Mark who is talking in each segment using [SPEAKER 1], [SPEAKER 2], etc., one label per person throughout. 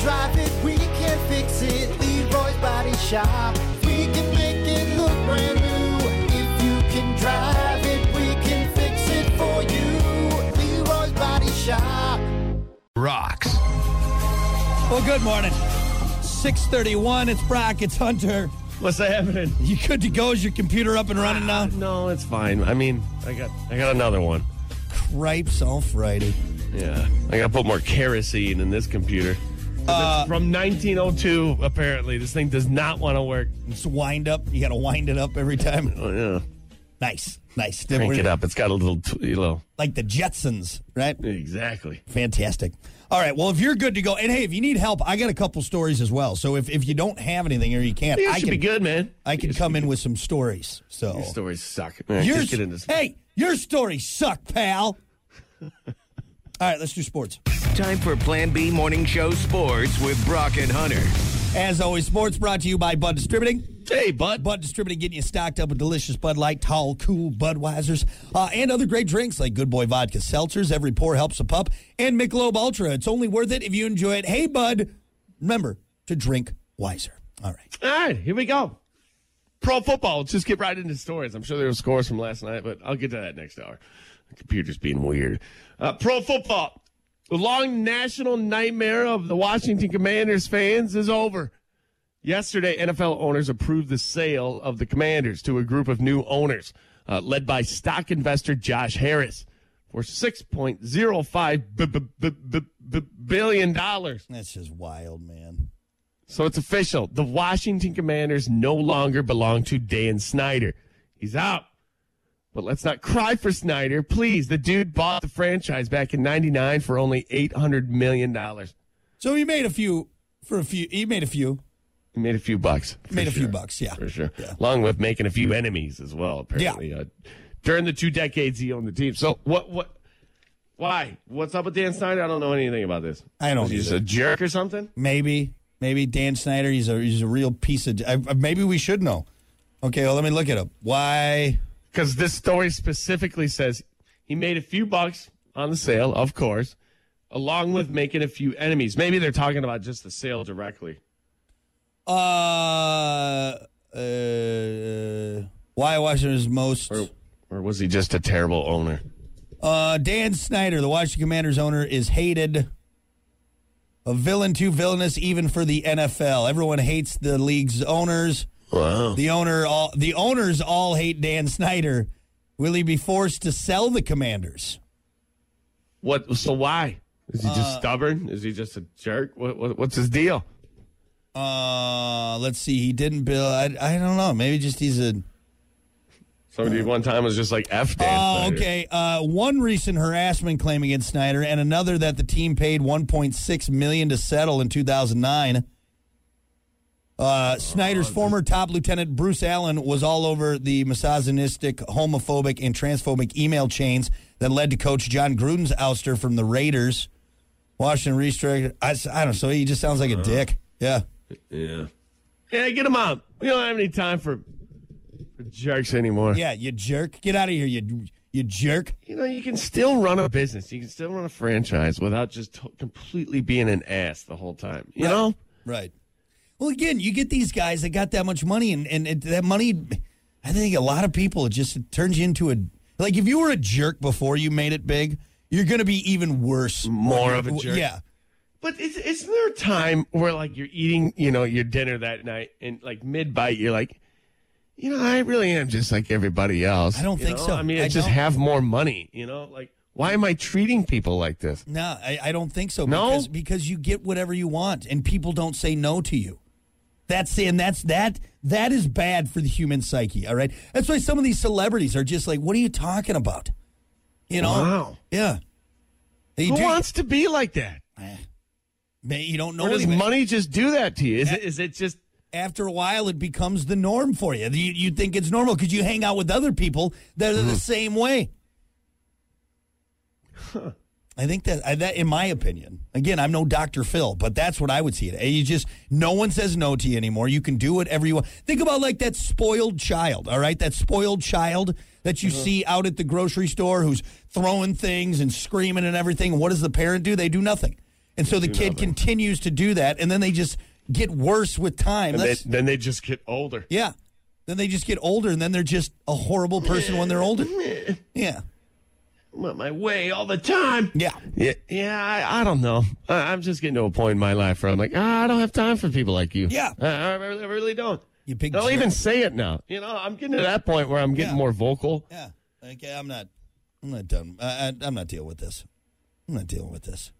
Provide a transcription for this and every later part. [SPEAKER 1] drive it, we can fix it. Leroy's Body Shop. We can make it look brand new. If you can drive it, we can fix it for you. Leroy's Body Shop.
[SPEAKER 2] Rocks.
[SPEAKER 3] Well, good morning. 631, it's Brock, it's Hunter.
[SPEAKER 4] What's happening?
[SPEAKER 3] You good to go? Is your computer up and running now?
[SPEAKER 4] No, it's fine. I mean, I got I got another one.
[SPEAKER 3] Ripes all Friday.
[SPEAKER 4] Yeah, I got to put more kerosene in this computer. 'Cause it's Uh, from 1902, apparently, this thing does not want to work.
[SPEAKER 3] It's wind up. You got to wind it up every time.
[SPEAKER 4] Oh, yeah,
[SPEAKER 3] Nice, nice.
[SPEAKER 4] crank it up. It's got a little, t- you know,
[SPEAKER 3] Like the Jetsons, right?
[SPEAKER 4] exactly.
[SPEAKER 3] Fantastic. All right. Well, if you're good to go, and hey, if you need help, I got a couple stories as well. So if, if you don't have anything or you can't,
[SPEAKER 4] You
[SPEAKER 3] I
[SPEAKER 4] should
[SPEAKER 3] can
[SPEAKER 4] be good, man.
[SPEAKER 3] I can come in with some stories. So
[SPEAKER 4] These stories suck. All right,
[SPEAKER 3] Yours,
[SPEAKER 4] just get into some-
[SPEAKER 3] hey, your stories suck, pal. All right, let's do sports.
[SPEAKER 5] Time for Plan B Morning Show Sports with Brock and Hunter.
[SPEAKER 3] As always, sports brought to you by Bud Distributing.
[SPEAKER 4] hey, bud.
[SPEAKER 3] Bud Distributing getting you stocked up with delicious Bud Light, tall, cool Budweisers, uh, and other great drinks like Good Boy Vodka Seltzers. Every pour helps a pup. And Michelob Ultra. It's only worth it if you enjoy it. Hey, Bud, remember to drink wiser. All right.
[SPEAKER 4] All right, here we go. Pro football. Let's just get right into stories. I'm sure there were scores from last night, but I'll get to that next hour. The computer's being weird. Uh, pro football. The long national nightmare of the Washington Commanders fans is over. Yesterday, NFL owners approved the sale of the Commanders to a group of new owners, uh, led by stock investor Josh Harris, for six point zero five billion dollars.
[SPEAKER 3] That's just wild, man.
[SPEAKER 4] So it's official. The Washington Commanders no longer belong to Dan Snyder. He's out. But let's not cry for Snyder, please. The dude bought the franchise back in 99 for only 800 million dollars.
[SPEAKER 3] So he made a few for a few. He made a few.
[SPEAKER 4] He made a few bucks. for
[SPEAKER 3] Made a few
[SPEAKER 4] sure.
[SPEAKER 3] bucks. Yeah.
[SPEAKER 4] For sure. Along with making a few enemies as well, apparently. Uh, during the two decades he owned the team. So what what why? What's up with Dan Snyder? I don't know anything about this.
[SPEAKER 3] I don't
[SPEAKER 4] Was he just
[SPEAKER 3] either.
[SPEAKER 4] a jerk or something?
[SPEAKER 3] Maybe, maybe Dan Snyder. He's a he's a real piece of. I, I- maybe we should know. Okay, well, let me look it up. Why?
[SPEAKER 4] because this story specifically says he made a few bucks on the sale, of course, along with making a few enemies. Maybe they're talking about just the sale directly.
[SPEAKER 3] Uh, uh why Washington's most.
[SPEAKER 4] Or was he just a terrible owner?
[SPEAKER 3] Uh, Dan Snyder, the Washington Commanders owner, is hated. A villain too villainous, even for the NFL. Everyone hates the league's owners.
[SPEAKER 4] Wow.
[SPEAKER 3] The owner, all the owners all hate Dan Snyder. Will he be forced to sell the Commanders?
[SPEAKER 4] What? So why? Is he just stubborn? Is he just a jerk? What, what, what's his deal?
[SPEAKER 3] Uh, let's see. He didn't build. I, I don't know. Maybe just he's a.
[SPEAKER 4] Somebody one time was just like F Dan.
[SPEAKER 3] Uh, Oh,
[SPEAKER 4] Snyder.
[SPEAKER 3] okay. Uh, one recent harassment claim against Snyder, and another that the team paid 1.6 million to settle in 2009. Uh, Snyder's former top lieutenant Bruce Allen was all over the misogynistic, homophobic, and transphobic email chains that led to Coach John Gruden's ouster from the Raiders. Washington restricted. I, s- I don't know. So he just sounds like a dick. Yeah.
[SPEAKER 4] Yeah. Yeah, get him out. We don't have any time for, for jerks anymore.
[SPEAKER 3] Yeah. You jerk. Get out of here. You you jerk.
[SPEAKER 4] you know, you can still run a business. You can still run a franchise without just t- completely being an ass the whole time. You know?
[SPEAKER 3] Right. Well, again, you get these guys that got that much money, and, and it, that money, I think a lot of people, it just it turns you into a. Like, if you were a jerk before you made it big, you're going to be even worse.
[SPEAKER 4] More of a jerk.
[SPEAKER 3] Yeah.
[SPEAKER 4] But is, isn't there a time where, like, you're eating, you know, your dinner that night and, like, mid bite, you're like, you know, I really am just like everybody else.
[SPEAKER 3] I don't
[SPEAKER 4] you
[SPEAKER 3] think
[SPEAKER 4] know?
[SPEAKER 3] so.
[SPEAKER 4] I mean,
[SPEAKER 3] I
[SPEAKER 4] I just
[SPEAKER 3] don't.
[SPEAKER 4] have more money, you know? Like, why am I treating people like this?
[SPEAKER 3] No, I, I don't think so.
[SPEAKER 4] No?
[SPEAKER 3] Because, because you get whatever you want, and people don't say no to you. That's and that's that that is bad for the human psyche. All right, that's why some of these celebrities are just like, "What are you talking about?" You know?
[SPEAKER 4] Wow.
[SPEAKER 3] Yeah. They
[SPEAKER 4] Who
[SPEAKER 3] do-
[SPEAKER 4] wants to be like that?
[SPEAKER 3] They- You don't know
[SPEAKER 4] Or does
[SPEAKER 3] anybody.
[SPEAKER 4] money just do that to you? Is, it, is it just
[SPEAKER 3] after a while it becomes the norm for you. You, you think it's normal because you hang out with other people that
[SPEAKER 4] Mm-hmm.
[SPEAKER 3] are the same way. I think that I- that, in my opinion, again, I'm no Dr. Phil, but that's what I would see it. Eh, You just no one says no to you anymore. You can do whatever you want. Think about like that spoiled child, all right? That spoiled child that you
[SPEAKER 4] Mm-hmm.
[SPEAKER 3] see out at the grocery store who's throwing things and screaming and everything. What does the parent do? They do nothing. And so the
[SPEAKER 4] Do
[SPEAKER 3] kid
[SPEAKER 4] nothing.
[SPEAKER 3] continues to do that, and then they just get worse with time.
[SPEAKER 4] And they,
[SPEAKER 3] That's-
[SPEAKER 4] then they just get older.
[SPEAKER 3] yeah. Then they just get older, and then they're just a horrible person when they're older. Yeah.
[SPEAKER 4] I'm on my way all the time.
[SPEAKER 3] Yeah.
[SPEAKER 4] Yeah, yeah I, I don't know. I, I'm just getting to a point in my life where I'm like, ah, I don't have time for people like you.
[SPEAKER 3] Yeah.
[SPEAKER 4] I, I really, I really don't.
[SPEAKER 3] You big
[SPEAKER 4] I'll
[SPEAKER 3] jerk.
[SPEAKER 4] even say it now. You know, I'm getting to that point where I'm getting
[SPEAKER 3] Yeah.
[SPEAKER 4] more vocal.
[SPEAKER 3] Yeah. Like, I'm not. I'm not done. I, I, I'm not dealing with this. I'm not dealing with this.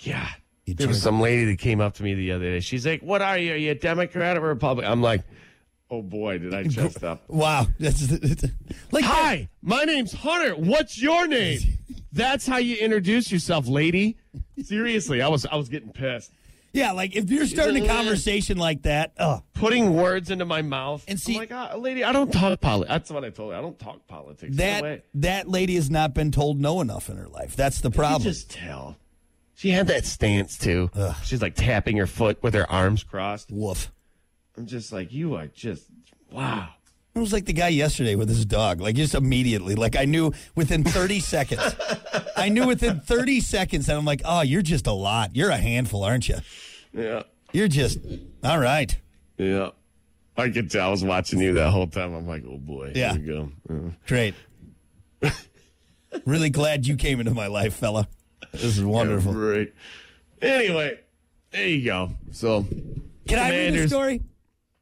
[SPEAKER 4] Yeah.
[SPEAKER 3] You
[SPEAKER 4] There was
[SPEAKER 3] jerk.
[SPEAKER 4] some lady that came up to me the other day. She's like, What are you? Are you a Democrat or a Republican? I'm like, Oh boy, did I chest up.
[SPEAKER 3] Wow. That's like
[SPEAKER 4] Hi, my name's Hunter. What's your name? That's how you introduce yourself, lady. Seriously, I was I was getting pissed.
[SPEAKER 3] Yeah, like if you're starting a conversation like that, oh,
[SPEAKER 4] Putting words into my mouth.
[SPEAKER 3] And see-
[SPEAKER 4] I'm like, "Ah, lady, I don't talk politics. That's what I told her. I don't talk politics. No way.
[SPEAKER 3] that that lady has not been told no enough in her life. That's the
[SPEAKER 4] You
[SPEAKER 3] problem.
[SPEAKER 4] just tell. She had that stance too. She's like tapping her foot with her arms crossed.
[SPEAKER 3] Woof.
[SPEAKER 4] I'm just like, you are just wow.
[SPEAKER 3] It was like the guy yesterday with his dog. Like just immediately, like I knew within 30 seconds. I knew within 30 seconds that I'm like, oh, you're just a lot. You're a handful, aren't you?
[SPEAKER 4] Yeah.
[SPEAKER 3] You're just all right.
[SPEAKER 4] Yeah. I could tell. I was watching you that whole time. I'm like, oh boy.
[SPEAKER 3] Yeah.
[SPEAKER 4] Here we go. Mm-hmm. Yeah.
[SPEAKER 3] Great. really glad you came into my life, fella. This is wonderful.
[SPEAKER 4] Great. Anyway, there you go. So,
[SPEAKER 3] Can I read the
[SPEAKER 4] Commanders.
[SPEAKER 3] story?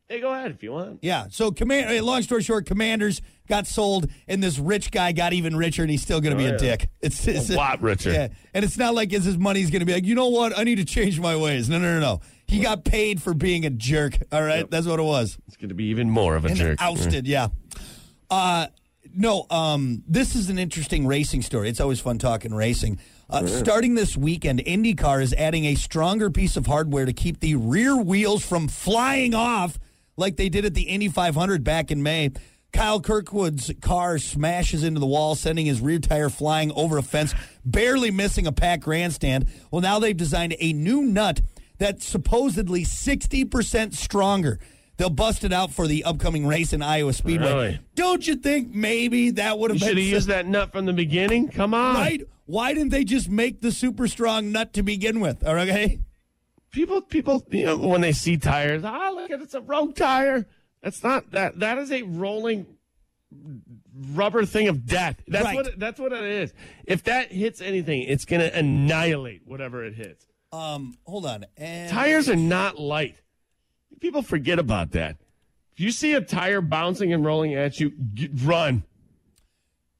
[SPEAKER 4] hey, go ahead if you want.
[SPEAKER 3] Yeah. So, command. eh, Long story short, Commanders got sold, and this rich guy got even richer, and he's still going to be
[SPEAKER 4] Oh, yeah.
[SPEAKER 3] a dick. It's, it's
[SPEAKER 4] A lot richer.
[SPEAKER 3] Yeah. And it's not like it's his money's going to be like, you know what? I need to change my ways. No, no, no, no. He got paid for being a jerk. All right, that's what it was.
[SPEAKER 4] It's going to be even more of a
[SPEAKER 3] And
[SPEAKER 4] jerk.
[SPEAKER 3] ousted. Yeah. Uh, no. Um, this is an interesting racing story. It's always fun talking racing. Uh, Starting this weekend, IndyCar is adding a stronger piece of hardware to keep the rear wheels from flying off, like they did at the Indy 500 back in May. Kyle Kirkwood's car smashes into the wall, sending his rear tire flying over a fence, barely missing a packed grandstand. Well, now they've designed a new nut that's supposedly 60% stronger. They'll bust it out for the upcoming race in Iowa Speedway.
[SPEAKER 4] Really?
[SPEAKER 3] Don't you think maybe that would have
[SPEAKER 4] You should
[SPEAKER 3] been
[SPEAKER 4] have used that nut from the beginning. Come on.
[SPEAKER 3] right? Why didn't they just make the super strong nut to begin with? All right, okay?
[SPEAKER 4] People, people, you know, when they see tires, ah, look at it's a road tire. That's not that. That is a rolling rubber thing of death. That's
[SPEAKER 3] Right.
[SPEAKER 4] what. It, that's what it is. If that hits anything, it's going to annihilate whatever it hits.
[SPEAKER 3] Um, hold on. And
[SPEAKER 4] Tires are not light. People forget about that. If you see a tire bouncing and rolling at you, g run.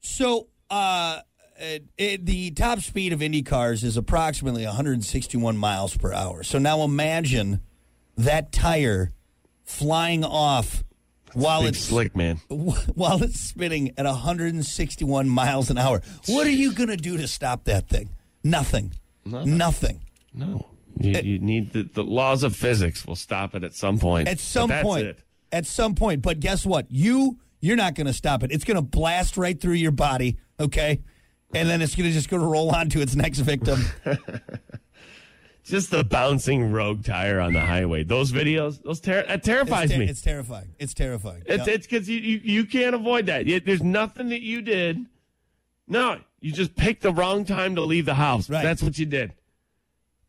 [SPEAKER 3] So, uh, it, it, the top speed of Indy cars is approximately 161 miles per hour. So now imagine that tire flying off while
[SPEAKER 4] Big
[SPEAKER 3] it's Oh.
[SPEAKER 4] slick, man.
[SPEAKER 3] while it's spinning at 161 miles an hour. What are you going to do to stop that thing? Nothing. Nothing.
[SPEAKER 4] No. You, you need the, the laws of physics will stop it at some point.
[SPEAKER 3] At
[SPEAKER 4] But
[SPEAKER 3] some
[SPEAKER 4] that's
[SPEAKER 3] point.
[SPEAKER 4] it.
[SPEAKER 3] At some point, but guess what? You you're not going to stop it. It's going to blast right through your body, okay? And then it's going to just going to roll on to its next victim.
[SPEAKER 4] Just the bouncing rogue tire on the highway. Those videos, those ter- that terrifies
[SPEAKER 3] it's, ter-
[SPEAKER 4] me.
[SPEAKER 3] it's terrifying. It's terrifying.
[SPEAKER 4] It's
[SPEAKER 3] Yeah.
[SPEAKER 4] it's because you, you you can't avoid that. You, there's nothing that you did. No, you just picked the wrong time to leave the house.
[SPEAKER 3] Right.
[SPEAKER 4] That's what you did.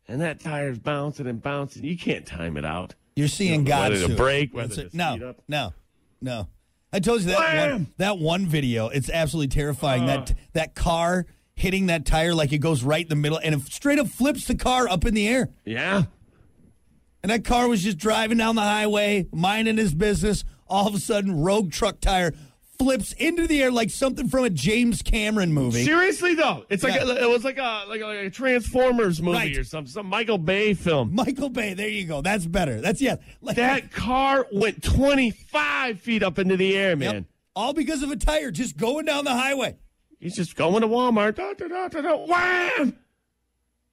[SPEAKER 4] And that tire's bouncing and bouncing. You can't time it out.
[SPEAKER 3] You're seeing God
[SPEAKER 4] whether to
[SPEAKER 3] soon.
[SPEAKER 4] break, whether
[SPEAKER 3] That's
[SPEAKER 4] to
[SPEAKER 3] it. no,
[SPEAKER 4] speed up.
[SPEAKER 3] no, no. I told you that one,
[SPEAKER 4] Wham!
[SPEAKER 3] that one video. It's absolutely terrifying.
[SPEAKER 4] Uh.
[SPEAKER 3] that that car hitting that tire like it goes right in the middle and it straight up flips the car up in the air.
[SPEAKER 4] Yeah.
[SPEAKER 3] And that car was just driving down the highway, minding his business. All of a sudden, rogue truck tire flips into the air like something from a James Cameron movie.
[SPEAKER 4] Seriously though, it's like
[SPEAKER 3] Yeah.
[SPEAKER 4] a, it was like a like a, like a Transformers movie
[SPEAKER 3] Right.
[SPEAKER 4] or something, some Michael Bay film.
[SPEAKER 3] Michael Bay, there you go. That's better. That's yes. Like
[SPEAKER 4] That car went 25 feet up into the air,
[SPEAKER 3] Yep.
[SPEAKER 4] man.
[SPEAKER 3] All because of a tire just going down the highway.
[SPEAKER 4] He's just going to Walmart. Da, da, da, da, da, wham!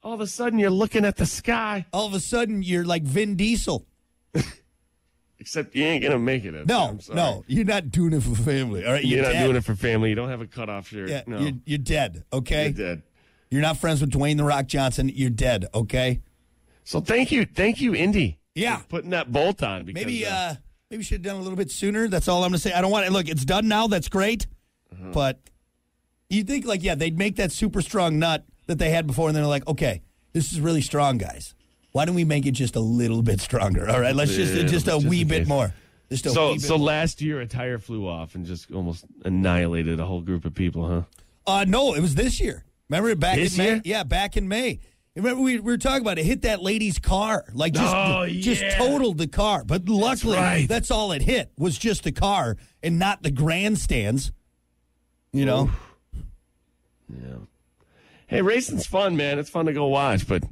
[SPEAKER 4] All of a sudden, you're looking at the sky.
[SPEAKER 3] All of a sudden, you're like Vin Diesel.
[SPEAKER 4] Except you ain't gonna make it. up there.
[SPEAKER 3] No,
[SPEAKER 4] I'm sorry.
[SPEAKER 3] no, you're not doing it for family. All right,
[SPEAKER 4] You're,
[SPEAKER 3] you're,
[SPEAKER 4] not
[SPEAKER 3] dead.
[SPEAKER 4] doing it for family. You don't have a cutoff shirt.
[SPEAKER 3] Yeah,
[SPEAKER 4] no,
[SPEAKER 3] you're, you're dead. Okay,
[SPEAKER 4] you're
[SPEAKER 3] you're,
[SPEAKER 4] dead.
[SPEAKER 3] not friends with Dwayne the Rock Johnson. You're dead. Okay.
[SPEAKER 4] So thank you, thank you, Indy.
[SPEAKER 3] Yeah.
[SPEAKER 4] for putting that bolt on. Because,
[SPEAKER 3] Maybe uh, maybe should have done a little bit sooner. That's all I'm gonna say. I don't want it. Look, it's done now. That's great,
[SPEAKER 4] Mm-hmm.
[SPEAKER 3] but you think like yeah, they'd make that super strong nut that they had before, and then they're like, okay, this is really strong, guys. Why don't we make it just a little bit stronger? All right, let's just
[SPEAKER 4] Little
[SPEAKER 3] just a
[SPEAKER 4] bit, just
[SPEAKER 3] wee
[SPEAKER 4] in
[SPEAKER 3] bit
[SPEAKER 4] case.
[SPEAKER 3] more. Just a
[SPEAKER 4] So,
[SPEAKER 3] wee bit
[SPEAKER 4] so last year a tire flew off and just almost annihilated a whole group of people, huh?
[SPEAKER 3] Uh, no, it was this year. Remember it back
[SPEAKER 4] This
[SPEAKER 3] in May?
[SPEAKER 4] year?
[SPEAKER 3] Yeah, back in May. Remember we, we were talking about it hit that lady's car, like just
[SPEAKER 4] Oh,
[SPEAKER 3] just
[SPEAKER 4] yeah.
[SPEAKER 3] totaled the car. But luckily,
[SPEAKER 4] right.
[SPEAKER 3] that's all it hit was just the car and not the grandstands. You know,
[SPEAKER 4] Yeah. Hey, racing's fun, man. It's fun to go watch, but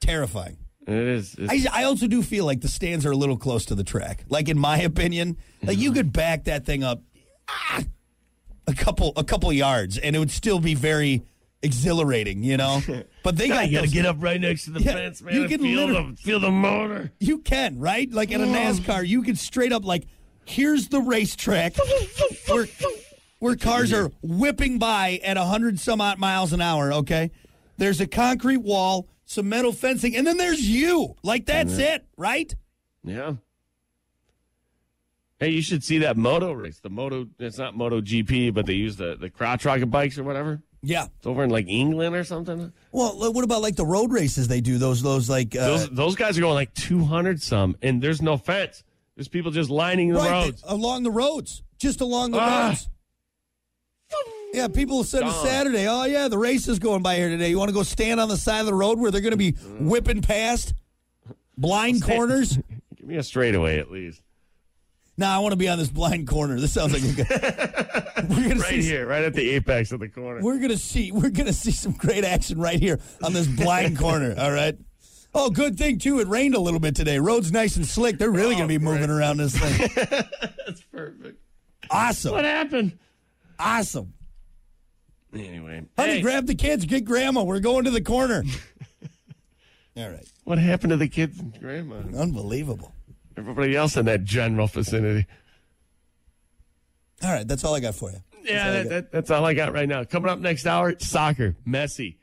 [SPEAKER 3] terrifying.
[SPEAKER 4] it is. It's,
[SPEAKER 3] I, I also do feel like the stands are a little close to the track. Like in my opinion, like
[SPEAKER 4] Mm-hmm.
[SPEAKER 3] you could back that thing up ah, a couple a couple yards, and it would still be very exhilarating. You know, but they got those-
[SPEAKER 4] up right next to the
[SPEAKER 3] Yeah, you can literally-
[SPEAKER 4] feel the motor.
[SPEAKER 3] You can, right? Like in a
[SPEAKER 4] Oh.
[SPEAKER 3] NASCAR, you can straight up like, here's the racetrack where, where cars are whipping by at 100 some odd miles an hour, okay? There's a concrete wall, some metal fencing, and then there's you. Like that's it, right?
[SPEAKER 4] Yeah. Hey, you should see that moto race. The moto, it's not Moto GP, but they use the, the crotch rocket bikes or whatever.
[SPEAKER 3] Yeah.
[SPEAKER 4] It's over in like England or something.
[SPEAKER 3] Well, like, what about like the road races they do? Those those like uh,
[SPEAKER 4] Those those guys are going like 200 some, and there's no fence. There's people just lining the
[SPEAKER 3] right,
[SPEAKER 4] roads.
[SPEAKER 3] they- along the roads, just along the
[SPEAKER 4] Ah.
[SPEAKER 3] roads. Yeah, people said on
[SPEAKER 4] Gone.
[SPEAKER 3] Saturday, "Oh yeah, the race is going by here today. You want to go stand on the side of the road where they're going to be
[SPEAKER 4] Mm-hmm.
[SPEAKER 3] whipping past blind corners?"
[SPEAKER 4] Give me a straightaway at least.
[SPEAKER 3] Nah, I want to be on this blind corner. This sounds like a good. we're gonna
[SPEAKER 4] Right
[SPEAKER 3] see.
[SPEAKER 4] here, right at the apex of the corner.
[SPEAKER 3] We're gonna see. We're gonna see some great action right here on this blind corner. All right. Oh, good thing too. It rained a little bit today. Road's nice and slick. They're really
[SPEAKER 4] Oh,
[SPEAKER 3] gonna be moving around this thing.
[SPEAKER 4] That's perfect. What
[SPEAKER 3] Awesome.
[SPEAKER 4] happened?
[SPEAKER 3] Awesome.
[SPEAKER 4] Anyway,
[SPEAKER 3] Honey,
[SPEAKER 4] hey,
[SPEAKER 3] grab the kids. Get grandma. We're going to the corner. All right.
[SPEAKER 4] what happened to the kids and grandma?
[SPEAKER 3] Unbelievable.
[SPEAKER 4] Everybody else in that general vicinity.
[SPEAKER 3] All right, that's all I got for you.
[SPEAKER 4] Yeah, that, that, that's all I got right now. Coming up next hour, soccer. Messi.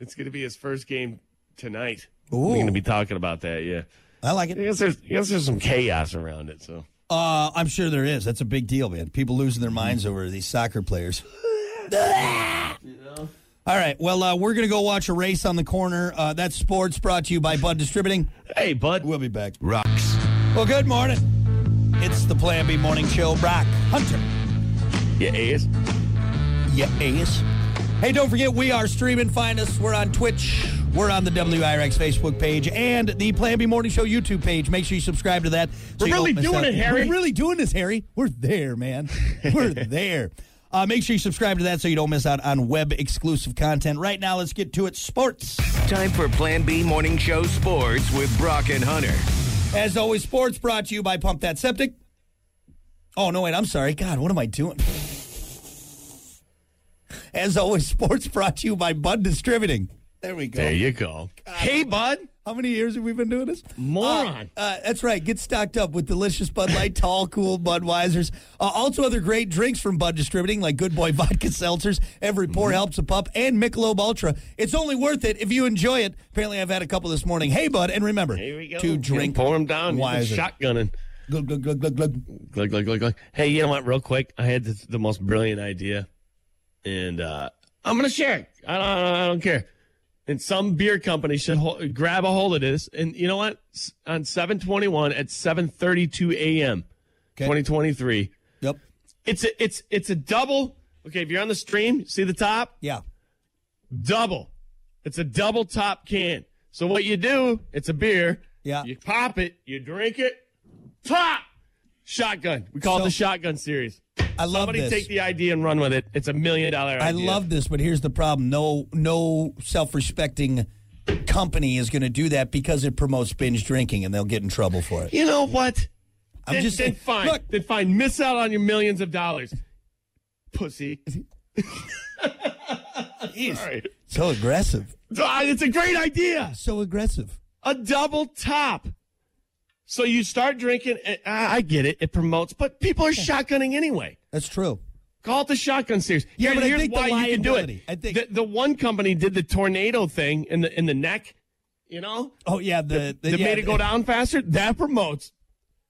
[SPEAKER 4] It's going to be his first game tonight.
[SPEAKER 3] Ooh.
[SPEAKER 4] We're going to be talking about that. Yeah,
[SPEAKER 3] I like
[SPEAKER 4] I
[SPEAKER 3] it.
[SPEAKER 4] guess there's, I guess there's some chaos around it. So
[SPEAKER 3] Uh, I'm sure there is. That's a big deal, man. People losing their minds over these soccer players. All right, well, uh, we're going to go watch a race on the corner. Uh, that's sports brought to you by Bud Distributing.
[SPEAKER 4] hey, bud.
[SPEAKER 3] We'll be back.
[SPEAKER 5] Rocks.
[SPEAKER 3] Well, good morning. It's the Plan B Morning Show. Brock Hunter.
[SPEAKER 4] Yeah, ass.
[SPEAKER 3] Yeah, ass. Hey, don't forget, we are streaming. Find us. We're on Twitch. We're on the WIRX Facebook page and the Plan B Morning Show YouTube page. Make sure you subscribe to that. so
[SPEAKER 4] We're
[SPEAKER 3] you don't
[SPEAKER 4] really
[SPEAKER 3] miss
[SPEAKER 4] doing
[SPEAKER 3] out.
[SPEAKER 4] it, Harry.
[SPEAKER 3] We're really doing this, Harry. We're there, man. We're there. Uh, make sure you subscribe to that so you don't miss out on web exclusive content. Right now, let's get to it. Sports.
[SPEAKER 5] Time for Plan B Morning Show Sports with Brock and Hunter.
[SPEAKER 3] As always, sports brought to you by Pump That Septic. Oh, no, wait, I'm sorry. God, what am I doing? As always, sports brought to you by Bud Distributing. There we go.
[SPEAKER 4] There you go. Hey, bud.
[SPEAKER 3] How many years have we been doing this?
[SPEAKER 4] Moron.
[SPEAKER 3] Uh, uh, that's right. Get stocked up with delicious Bud Light, tall, cool Budweisers. Uh, also, other great drinks from Bud Distributing, like Good Boy Vodka Seltzers, Every Pour
[SPEAKER 4] Mm-hmm.
[SPEAKER 3] Helps a Pup, and Michelob Ultra. It's only worth it if you enjoy it. Apparently, I've had a couple this morning. Hey, Bud, and remember
[SPEAKER 4] Here we go.
[SPEAKER 3] to drink.
[SPEAKER 4] Pour him down. Why
[SPEAKER 3] wiser.
[SPEAKER 4] shotgunning?
[SPEAKER 3] Glug, glug, glug, glug, glug.
[SPEAKER 4] Look, look, look, look. Hey, you know what? Real quick, I had this, the most brilliant idea, and uh, I'm gonna share it. I don't, I don't care. And some beer company should ho- grab a hold of this. And you know what? S- on 7:21 at 7:32 a.m.
[SPEAKER 3] Okay.
[SPEAKER 4] 2023,
[SPEAKER 3] Yep.
[SPEAKER 4] it's a it's it's a double. Okay, if you're on the stream, see the top
[SPEAKER 3] Yeah.
[SPEAKER 4] double. It's a double top can. So what you do? It's a beer.
[SPEAKER 3] Yeah.
[SPEAKER 4] You pop it. You drink it. Pop. Shotgun. We call
[SPEAKER 3] So-
[SPEAKER 4] it the shotgun series.
[SPEAKER 3] I love
[SPEAKER 4] Somebody
[SPEAKER 3] this.
[SPEAKER 4] take the idea and run with it. It's a million dollar idea.
[SPEAKER 3] I love this, but here's the problem. No no self-respecting company is going to do that because it promotes binge drinking and they'll get in trouble for it.
[SPEAKER 4] You know what?
[SPEAKER 3] I'm
[SPEAKER 4] then,
[SPEAKER 3] just
[SPEAKER 4] then
[SPEAKER 3] saying-
[SPEAKER 4] fine.
[SPEAKER 3] Look,
[SPEAKER 4] Then fine. Miss out on your millions of dollars, pussy. Sorry.
[SPEAKER 3] so aggressive.
[SPEAKER 4] It's a great idea.
[SPEAKER 3] So aggressive.
[SPEAKER 4] a double top. So you start drinking. And, I I get it. It promotes, but people are shotgunning anyway.
[SPEAKER 3] That's true.
[SPEAKER 4] Call it the shotgun series.
[SPEAKER 3] Yeah,
[SPEAKER 4] Here-
[SPEAKER 3] but I
[SPEAKER 4] here's
[SPEAKER 3] think the
[SPEAKER 4] why you can do it.
[SPEAKER 3] liability- I think-
[SPEAKER 4] the, the one company did the tornado thing in the in the neck. You know,
[SPEAKER 3] Oh yeah, the,
[SPEAKER 4] that
[SPEAKER 3] yeah,
[SPEAKER 4] made it go down faster. That promotes.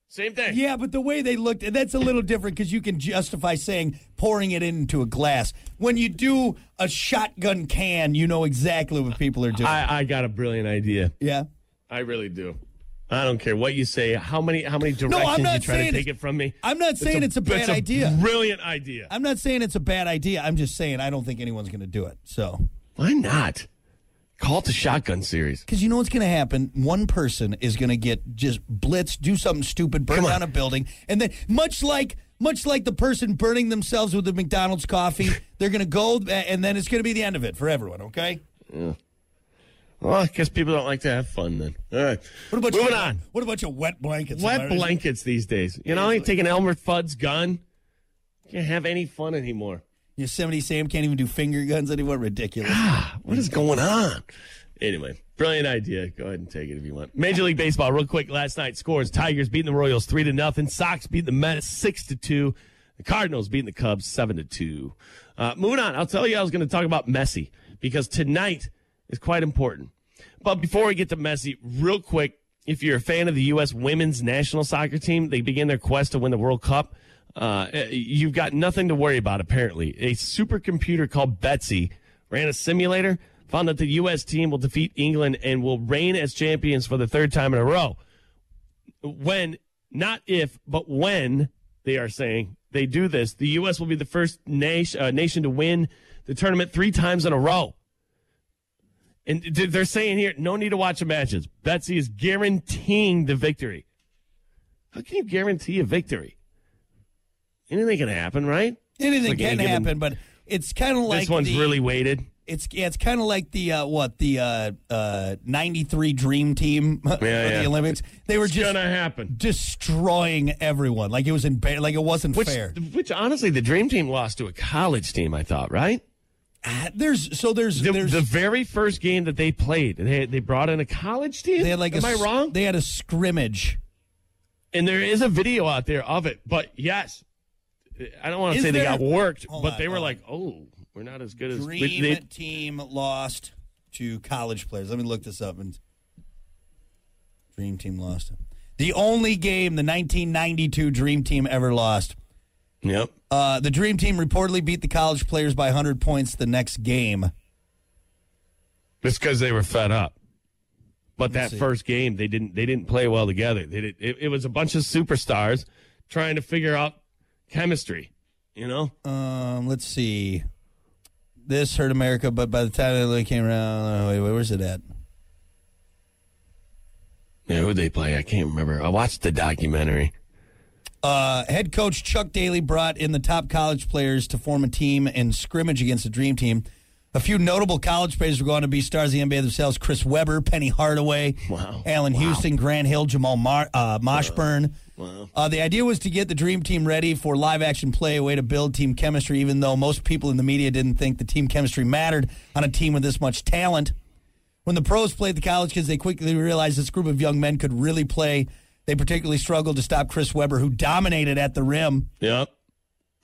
[SPEAKER 4] Same thing.
[SPEAKER 3] Yeah, but the way they looked, that's a little different because you can justify saying pouring it into a glass. When you do a shotgun can, you know exactly what people are doing.
[SPEAKER 4] I, I got a brilliant idea.
[SPEAKER 3] yeah.
[SPEAKER 4] I really do. I don't care what you say. How many how many directions you
[SPEAKER 3] not
[SPEAKER 4] try to
[SPEAKER 3] saying
[SPEAKER 4] take
[SPEAKER 3] it-
[SPEAKER 4] it from me?
[SPEAKER 3] I'm not saying it's a bad idea.
[SPEAKER 4] Brilliant idea.
[SPEAKER 3] I'm not saying it's a bad idea. I'm just saying I don't think anyone's going to do it. So,
[SPEAKER 4] Why not? Call it the shotgun series.
[SPEAKER 3] because you know what's going to happen? One person is going to get just blitz, do something stupid, burn
[SPEAKER 4] Come on.
[SPEAKER 3] down a building, and then much like much like the person burning themselves with the McDonald's coffee, they're going to go, a- and then it's going to be the end of it for everyone. Okay.
[SPEAKER 4] Well, I guess people don't like to have fun then. All right.
[SPEAKER 3] What about
[SPEAKER 4] Moving
[SPEAKER 3] you,
[SPEAKER 4] on.
[SPEAKER 3] What about your wet blankets?
[SPEAKER 4] Wet
[SPEAKER 3] Larry?
[SPEAKER 4] blankets these days. You know, I ain't taking Elmer Fudd's gun. Can't have any fun anymore.
[SPEAKER 3] Yosemite Sam can't even do finger guns anymore. Ridiculous.
[SPEAKER 4] What is going on? Anyway, brilliant idea. Go ahead and take it if you want. Major League Baseball, real quick. Last night scores: Tigers beating the Royals three to nothing. Sox beating the Mets six to two. The Cardinals beating the Cubs seven to two. Uh, moving on, I'll tell you I was going to talk about Messi because tonight is quite important. But before we get to Messi, real quick, if you're a fan of the U.S. women's national soccer team, they begin their quest to win the World Cup. Uh, you've got nothing to worry about, apparently. A supercomputer called Betsy ran a simulator, found that the U.S. team will defeat England and will reign as champions for the third time in a row. When, not if, but when they are saying they do this, the U.S. will be the first nation, uh, nation to win the tournament three times in a row. And th- they're saying here, no need to watch the matches. Betsy is guaranteeing the victory. How can you guarantee a victory? Anything can happen, right?
[SPEAKER 3] Anything
[SPEAKER 4] Like any
[SPEAKER 3] can
[SPEAKER 4] given-
[SPEAKER 3] happen, but it's kind of like
[SPEAKER 4] this one's
[SPEAKER 3] the-
[SPEAKER 4] really weighted.
[SPEAKER 3] It's yeah, it's kind of like the uh, what the uh, uh, '93 Dream Team of
[SPEAKER 4] yeah.
[SPEAKER 3] the Olympics. They were
[SPEAKER 4] It's
[SPEAKER 3] just
[SPEAKER 4] gonna happen.
[SPEAKER 3] destroying everyone. Like it was in like it wasn't
[SPEAKER 4] Which,
[SPEAKER 3] fair.
[SPEAKER 4] which honestly, the dream team lost to a college team. I thought, right?
[SPEAKER 3] Ah, There's so there's
[SPEAKER 4] The,
[SPEAKER 3] there's
[SPEAKER 4] the very first game that they played, they they brought in a college team.
[SPEAKER 3] they had like
[SPEAKER 4] Am
[SPEAKER 3] a
[SPEAKER 4] I
[SPEAKER 3] s-
[SPEAKER 4] wrong?
[SPEAKER 3] They had a scrimmage.
[SPEAKER 4] and there is a video out there of it. But yes, I don't want to
[SPEAKER 3] Is
[SPEAKER 4] say they
[SPEAKER 3] there-
[SPEAKER 4] got worked,
[SPEAKER 3] Hold
[SPEAKER 4] but
[SPEAKER 3] on,
[SPEAKER 4] they were
[SPEAKER 3] hold
[SPEAKER 4] like, oh, we're not as good as
[SPEAKER 3] Dream
[SPEAKER 4] they,
[SPEAKER 3] Team lost to college players. Let me look this up. And Dream Team lost. The only game the 1992 Dream Team ever lost.
[SPEAKER 4] Yep.
[SPEAKER 3] Uh, the Dream Team reportedly beat the college players by 100 points the next game.
[SPEAKER 4] It's because they were fed up. But that
[SPEAKER 3] see.
[SPEAKER 4] first game, they didn't they didn't play well together. They did, it, it was a bunch of superstars trying to figure out chemistry. You know,
[SPEAKER 3] Um, let's see. This hurt America, but by the time it really came around, uh, wait, wait, where's it at?
[SPEAKER 4] yeah, who they play? I can't remember. I watched the documentary.
[SPEAKER 3] Uh, head coach Chuck Daly brought in the top college players to form a team and scrimmage against the dream team. A few notable college players were going to be stars of the NBA themselves: Chris Webber, Penny Hardaway,
[SPEAKER 4] Wow.
[SPEAKER 3] Allen Houston, Grant Hill, Jamal Mar- uh, Moshburn.
[SPEAKER 4] Wow.
[SPEAKER 3] Uh, the idea was to get the dream team ready for live action play, a way to build team chemistry. Even though most people in the media didn't think the team chemistry mattered on a team with this much talent. When the pros played the college kids, they quickly realized this group of young men could really play. They particularly struggled to stop Chris Webber, who dominated at the rim.
[SPEAKER 4] Yep.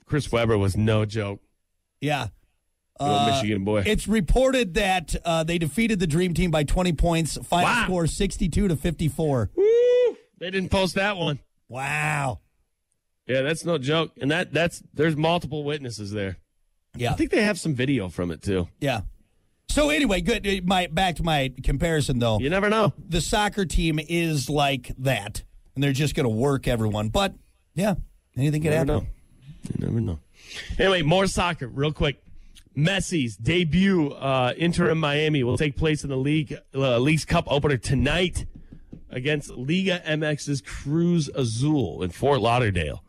[SPEAKER 4] Chris Webber was no joke.
[SPEAKER 3] Yeah.
[SPEAKER 4] Good old
[SPEAKER 3] Uh,
[SPEAKER 4] Michigan boy.
[SPEAKER 3] It's reported that uh, they defeated the Dream Team by 20 points, final
[SPEAKER 4] Wow.
[SPEAKER 3] score 62 to 54.
[SPEAKER 4] Woo! They didn't post that one.
[SPEAKER 3] Wow.
[SPEAKER 4] Yeah, that's no joke. And that that's there's multiple witnesses there.
[SPEAKER 3] Yeah.
[SPEAKER 4] I think they have some video from it too.
[SPEAKER 3] Yeah. So anyway, good. uh, My back to my comparison though.
[SPEAKER 4] You never know.
[SPEAKER 3] The soccer team is like that, and they're just going to work everyone. But yeah, anything could
[SPEAKER 4] You
[SPEAKER 3] happen.
[SPEAKER 4] never know. You never know. Anyway, more soccer, real quick. Messi's debut uh, interim Miami will take place in the league uh, league's cup opener tonight against Liga MX's Cruz Azul in Fort Lauderdale.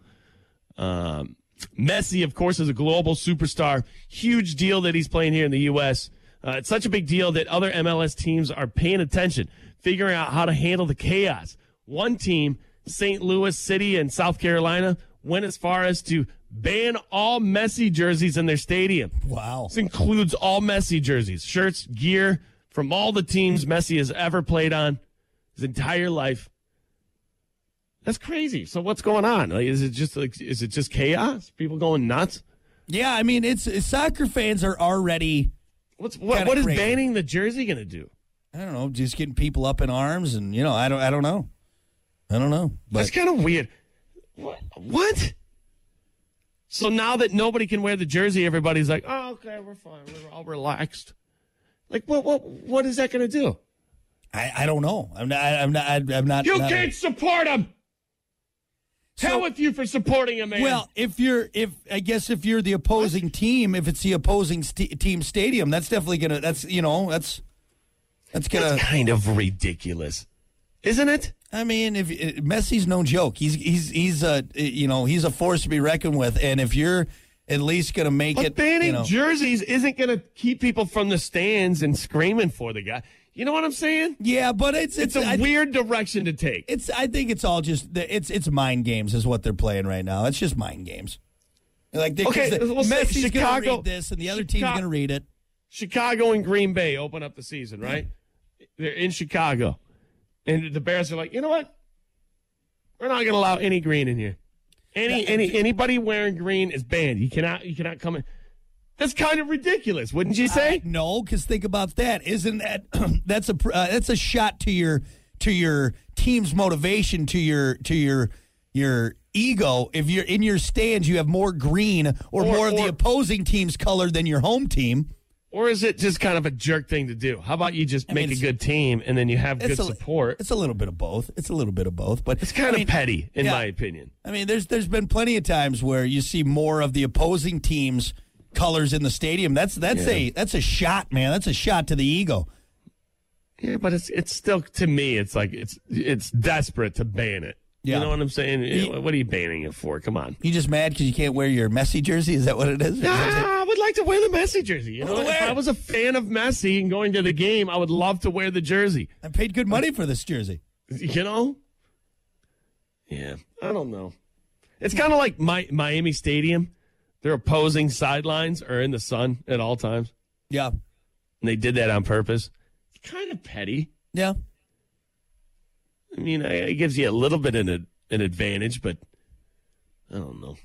[SPEAKER 4] Um, Messi, of course, is a global superstar. Huge deal that he's playing here in the U.S. Uh, it's such a big deal that other MLS teams are paying attention, figuring out how to handle the chaos. One team, St. Louis City in South Carolina, went as far as to ban all Messi jerseys in their stadium.
[SPEAKER 3] Wow.
[SPEAKER 4] This includes all Messi jerseys, shirts, gear from all the teams Messi has ever played on his entire life. That's crazy. So what's going on? Like, is it just like is it just chaos? People going nuts?
[SPEAKER 3] Yeah, I mean, it's soccer fans are already.
[SPEAKER 4] What's what,
[SPEAKER 3] Kinda
[SPEAKER 4] what is
[SPEAKER 3] crazy.
[SPEAKER 4] banning the jersey going to do?
[SPEAKER 3] I don't know, just getting people up in arms, and you know, I don't, I don't know, I don't know.
[SPEAKER 4] That's
[SPEAKER 3] But
[SPEAKER 4] kind of weird. What? What? So now that nobody can wear the jersey, everybody's like, "Oh, okay, we're fine. We're all relaxed." Like, what? What? What is that going to do?
[SPEAKER 3] I, I don't know. I'm not. I'm not. I'm not.
[SPEAKER 4] You
[SPEAKER 3] not-
[SPEAKER 4] can't support him. Hell
[SPEAKER 3] So-
[SPEAKER 4] with you for supporting him, man.
[SPEAKER 3] Well, if you're, if I guess if you're the opposing team, if it's the opposing st- team stadium, that's definitely gonna. That's you know, that's that's gonna.
[SPEAKER 4] It's kind of ridiculous, isn't it?
[SPEAKER 3] I mean, if uh, Messi's no joke, he's he's he's a eh, you know he's a force to be reckoned with, and if you're at least gonna make
[SPEAKER 4] But
[SPEAKER 3] it,
[SPEAKER 4] banning
[SPEAKER 3] you know,
[SPEAKER 4] jerseys isn't going to keep people from the stands and screaming for the guy. You know what I'm saying?
[SPEAKER 3] yeah, but it's
[SPEAKER 4] It's
[SPEAKER 3] it's,
[SPEAKER 4] a
[SPEAKER 3] I-
[SPEAKER 4] weird direction to take.
[SPEAKER 3] It's I think it's all just the- it's it's mind games is what they're playing right now. It's just mind games. Like they, 'cause
[SPEAKER 4] Okay,
[SPEAKER 3] the,
[SPEAKER 4] we'll say
[SPEAKER 3] Messi's going to
[SPEAKER 4] Chicago-
[SPEAKER 3] read this, and the other team's
[SPEAKER 4] Chica-
[SPEAKER 3] going to read it.
[SPEAKER 4] Chicago and Green Bay open up the season, right? They're in Chicago. And the Bears are like, you know what? We're not gonna allow any green in here. Any any anybody wearing green is banned. You cannot you cannot come in. That's kind of ridiculous, wouldn't you say?
[SPEAKER 3] No, because think about that. Isn't that that's a pr- uh, that's a shot to your to your team's motivation to your to your your ego. If you're in your stands, you have more green or,
[SPEAKER 4] Or-
[SPEAKER 3] more of the
[SPEAKER 4] or-
[SPEAKER 3] opposing team's color than your home team.
[SPEAKER 4] Or is it just kind of a jerk thing to do? How about you just
[SPEAKER 3] mean,
[SPEAKER 4] make a
[SPEAKER 3] it's-
[SPEAKER 4] good team and then you have good
[SPEAKER 3] It's a-
[SPEAKER 4] support? It's,
[SPEAKER 3] It's a little bit of both. It's a little bit of both, but it's
[SPEAKER 4] kind of petty, in
[SPEAKER 3] yeah.
[SPEAKER 4] my opinion.
[SPEAKER 3] I mean, there's there's been plenty of times where you see more of the opposing team's colors in the stadium. That's that's a that's a shot, man. That's a shot to the ego.
[SPEAKER 4] Yeah, but it's it's still to me, it's like it's it's desperate to ban it.
[SPEAKER 3] Yeah.
[SPEAKER 4] You know what I'm saying? what are you banning it for? Come on.
[SPEAKER 3] You just mad because you can't wear your Messi jersey? Is that what it is? Is that it?
[SPEAKER 4] Ah, I would like to wear the Messi jersey. You know,
[SPEAKER 3] Well,
[SPEAKER 4] if
[SPEAKER 3] wear it.
[SPEAKER 4] I was a fan of Messi and going to the game, I would love to wear the jersey.
[SPEAKER 3] I paid good money for this jersey.
[SPEAKER 4] You know? Yeah, I don't know. It's kind of like my, Miami Stadium. Their opposing sidelines are in the sun at all times,
[SPEAKER 3] Yeah,
[SPEAKER 4] and they did that on purpose. Kind of petty.
[SPEAKER 3] yeah.
[SPEAKER 4] I mean, I- it gives you a little bit of an, an advantage, but I don't know.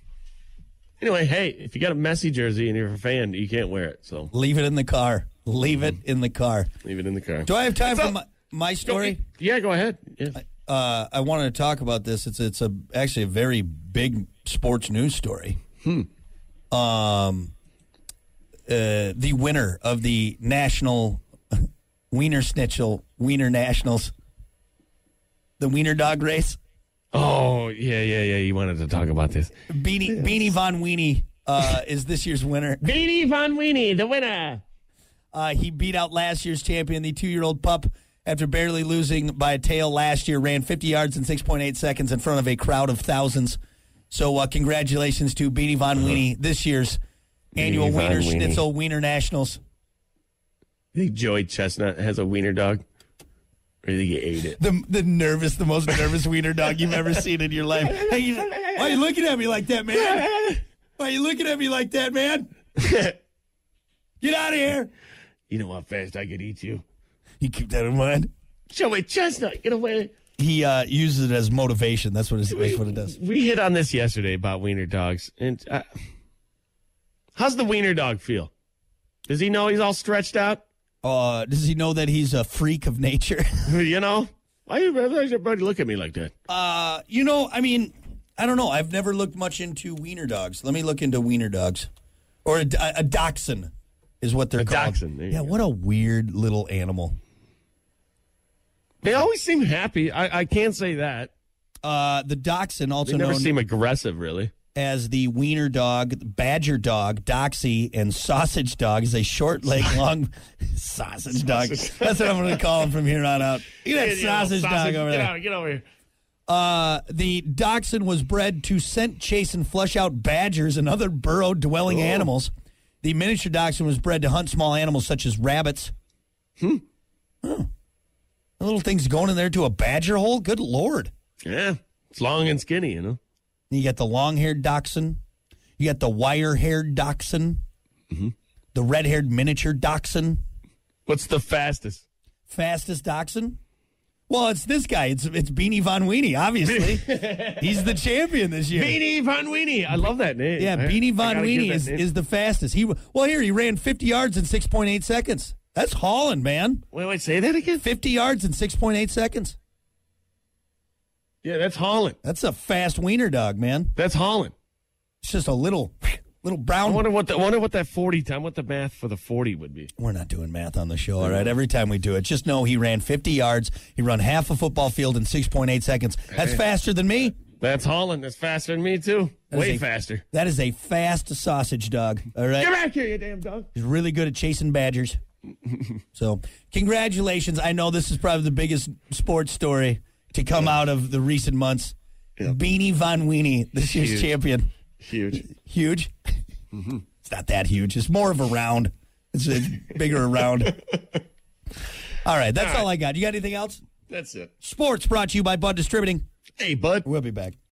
[SPEAKER 4] Anyway, hey, if you got a Messi jersey and you're a fan, you can't wear it. So
[SPEAKER 3] Leave it in the car. Leave it in the car.
[SPEAKER 4] leave it in the car.
[SPEAKER 3] Do I have time for
[SPEAKER 4] So-
[SPEAKER 3] my, my story?
[SPEAKER 4] Yeah, go ahead. Yeah.
[SPEAKER 3] Uh, I wanted to talk about this. It's it's a actually a very big sports news story. Um, uh, the winner of the national Wiener Schnitzel Wiener Nationals, the Wiener Dog Race,
[SPEAKER 4] Oh, yeah, yeah, yeah. You wanted to talk about this.
[SPEAKER 3] Beanie Beanie Von Weenie uh, is this year's winner.
[SPEAKER 4] Beanie Von Weenie, the winner.
[SPEAKER 3] Uh, he beat out last year's champion, the two-year-old pup, after barely losing by a tail last year. Ran 50 yards in 6.8 seconds in front of a crowd of thousands. So uh, congratulations to Beanie Von Weenie, this year's annual
[SPEAKER 4] Von
[SPEAKER 3] Wiener
[SPEAKER 4] Weenie.
[SPEAKER 3] Schnitzel Wiener Nationals.
[SPEAKER 4] You think Joey Chestnut has a wiener dog? Or do you think he ate it?
[SPEAKER 3] The, the nervous, the most nervous wiener dog you've ever seen in your life. Hey, you- why are you looking at me like that, man? Why are you looking at me like that, man? Get out of here.
[SPEAKER 4] You know how fast I could eat you.
[SPEAKER 3] You keep that in mind.
[SPEAKER 4] Joey Chestnut, get away.
[SPEAKER 3] He uh, uses it as motivation. That's what, it's, that's what it does.
[SPEAKER 4] We hit on this yesterday about wiener dogs. And uh, how's the wiener dog feel? Does he know he's all stretched out?
[SPEAKER 3] Uh, does he know that he's a freak of nature?
[SPEAKER 4] you know? Why you- why does everybody look at me like that?
[SPEAKER 3] Uh, you know, I mean, I don't know. I've never looked much into wiener dogs. Let me look into wiener dogs, or a, a dachshund is what they're
[SPEAKER 4] A
[SPEAKER 3] called.
[SPEAKER 4] dachshund, there you
[SPEAKER 3] Yeah,
[SPEAKER 4] go.
[SPEAKER 3] what a weird little animal.
[SPEAKER 4] They always seem happy. I, I can't say that.
[SPEAKER 3] Uh, the dachshund,
[SPEAKER 4] They
[SPEAKER 3] also
[SPEAKER 4] never
[SPEAKER 3] known
[SPEAKER 4] seem aggressive, really.
[SPEAKER 3] as the wiener dog, badger dog, doxy, and sausage dog, is a short leg long sausage dog. That's what I'm going to call him from here on out. Look at that sausage dog over
[SPEAKER 4] get
[SPEAKER 3] there.
[SPEAKER 4] Out, get over here.
[SPEAKER 3] Uh, the dachshund was bred to scent, chase, and flush out badgers and other burrow-dwelling animals. The miniature dachshund was bred to hunt small animals such as rabbits. Hmm. Oh. Little things going in there to a badger hole. Good lord!
[SPEAKER 4] Yeah, it's long and skinny, you know.
[SPEAKER 3] You got the long-haired dachshund. You got the wire-haired dachshund. The red-haired miniature dachshund.
[SPEAKER 4] What's the fastest?
[SPEAKER 3] Fastest dachshund. Well, it's this guy. It's it's Beanie Von Weenie. Obviously, he's the champion this year.
[SPEAKER 4] Beanie Von Weenie. I love that name.
[SPEAKER 3] Yeah,
[SPEAKER 4] I- I
[SPEAKER 3] Beanie Von
[SPEAKER 4] gotta give
[SPEAKER 3] Weenie
[SPEAKER 4] that
[SPEAKER 3] is,
[SPEAKER 4] name.
[SPEAKER 3] is the fastest. He well here he ran 50 yards in 6.8 seconds. That's Holland, man.
[SPEAKER 4] Wait, wait, say that again.
[SPEAKER 3] 50 yards in 6.8 seconds.
[SPEAKER 4] Yeah, that's Holland.
[SPEAKER 3] That's a fast wiener dog, man.
[SPEAKER 4] That's Holland.
[SPEAKER 3] It's just a little Little
[SPEAKER 4] I
[SPEAKER 3] brown.
[SPEAKER 4] wonder what the, I wonder what that forty time, what the math for the forty would be.
[SPEAKER 3] We're not doing math on the show, all right? Every time we do it, just know he ran 50 yards. He ran half a football field in 6.8 seconds. That's faster than me.
[SPEAKER 4] That's Holland. That's faster than me too.
[SPEAKER 3] That is
[SPEAKER 4] Way
[SPEAKER 3] a-
[SPEAKER 4] faster.
[SPEAKER 3] That is a fast sausage dog, all right?
[SPEAKER 4] Get back here, you damn dog.
[SPEAKER 3] He's really good at chasing badgers. so, congratulations. I know this is probably the biggest sports story to come out of the recent months. Beanie Von Weenie, this year's
[SPEAKER 4] Huge.
[SPEAKER 3] champion.
[SPEAKER 4] Huge.
[SPEAKER 3] Huge? It's not that huge. It's more of a round. It's a bigger round. All right, that's all I got. You got anything else?
[SPEAKER 4] That's it.
[SPEAKER 3] Sports brought to you by Bud Distributing.
[SPEAKER 4] Hey, bud.
[SPEAKER 3] We'll be back.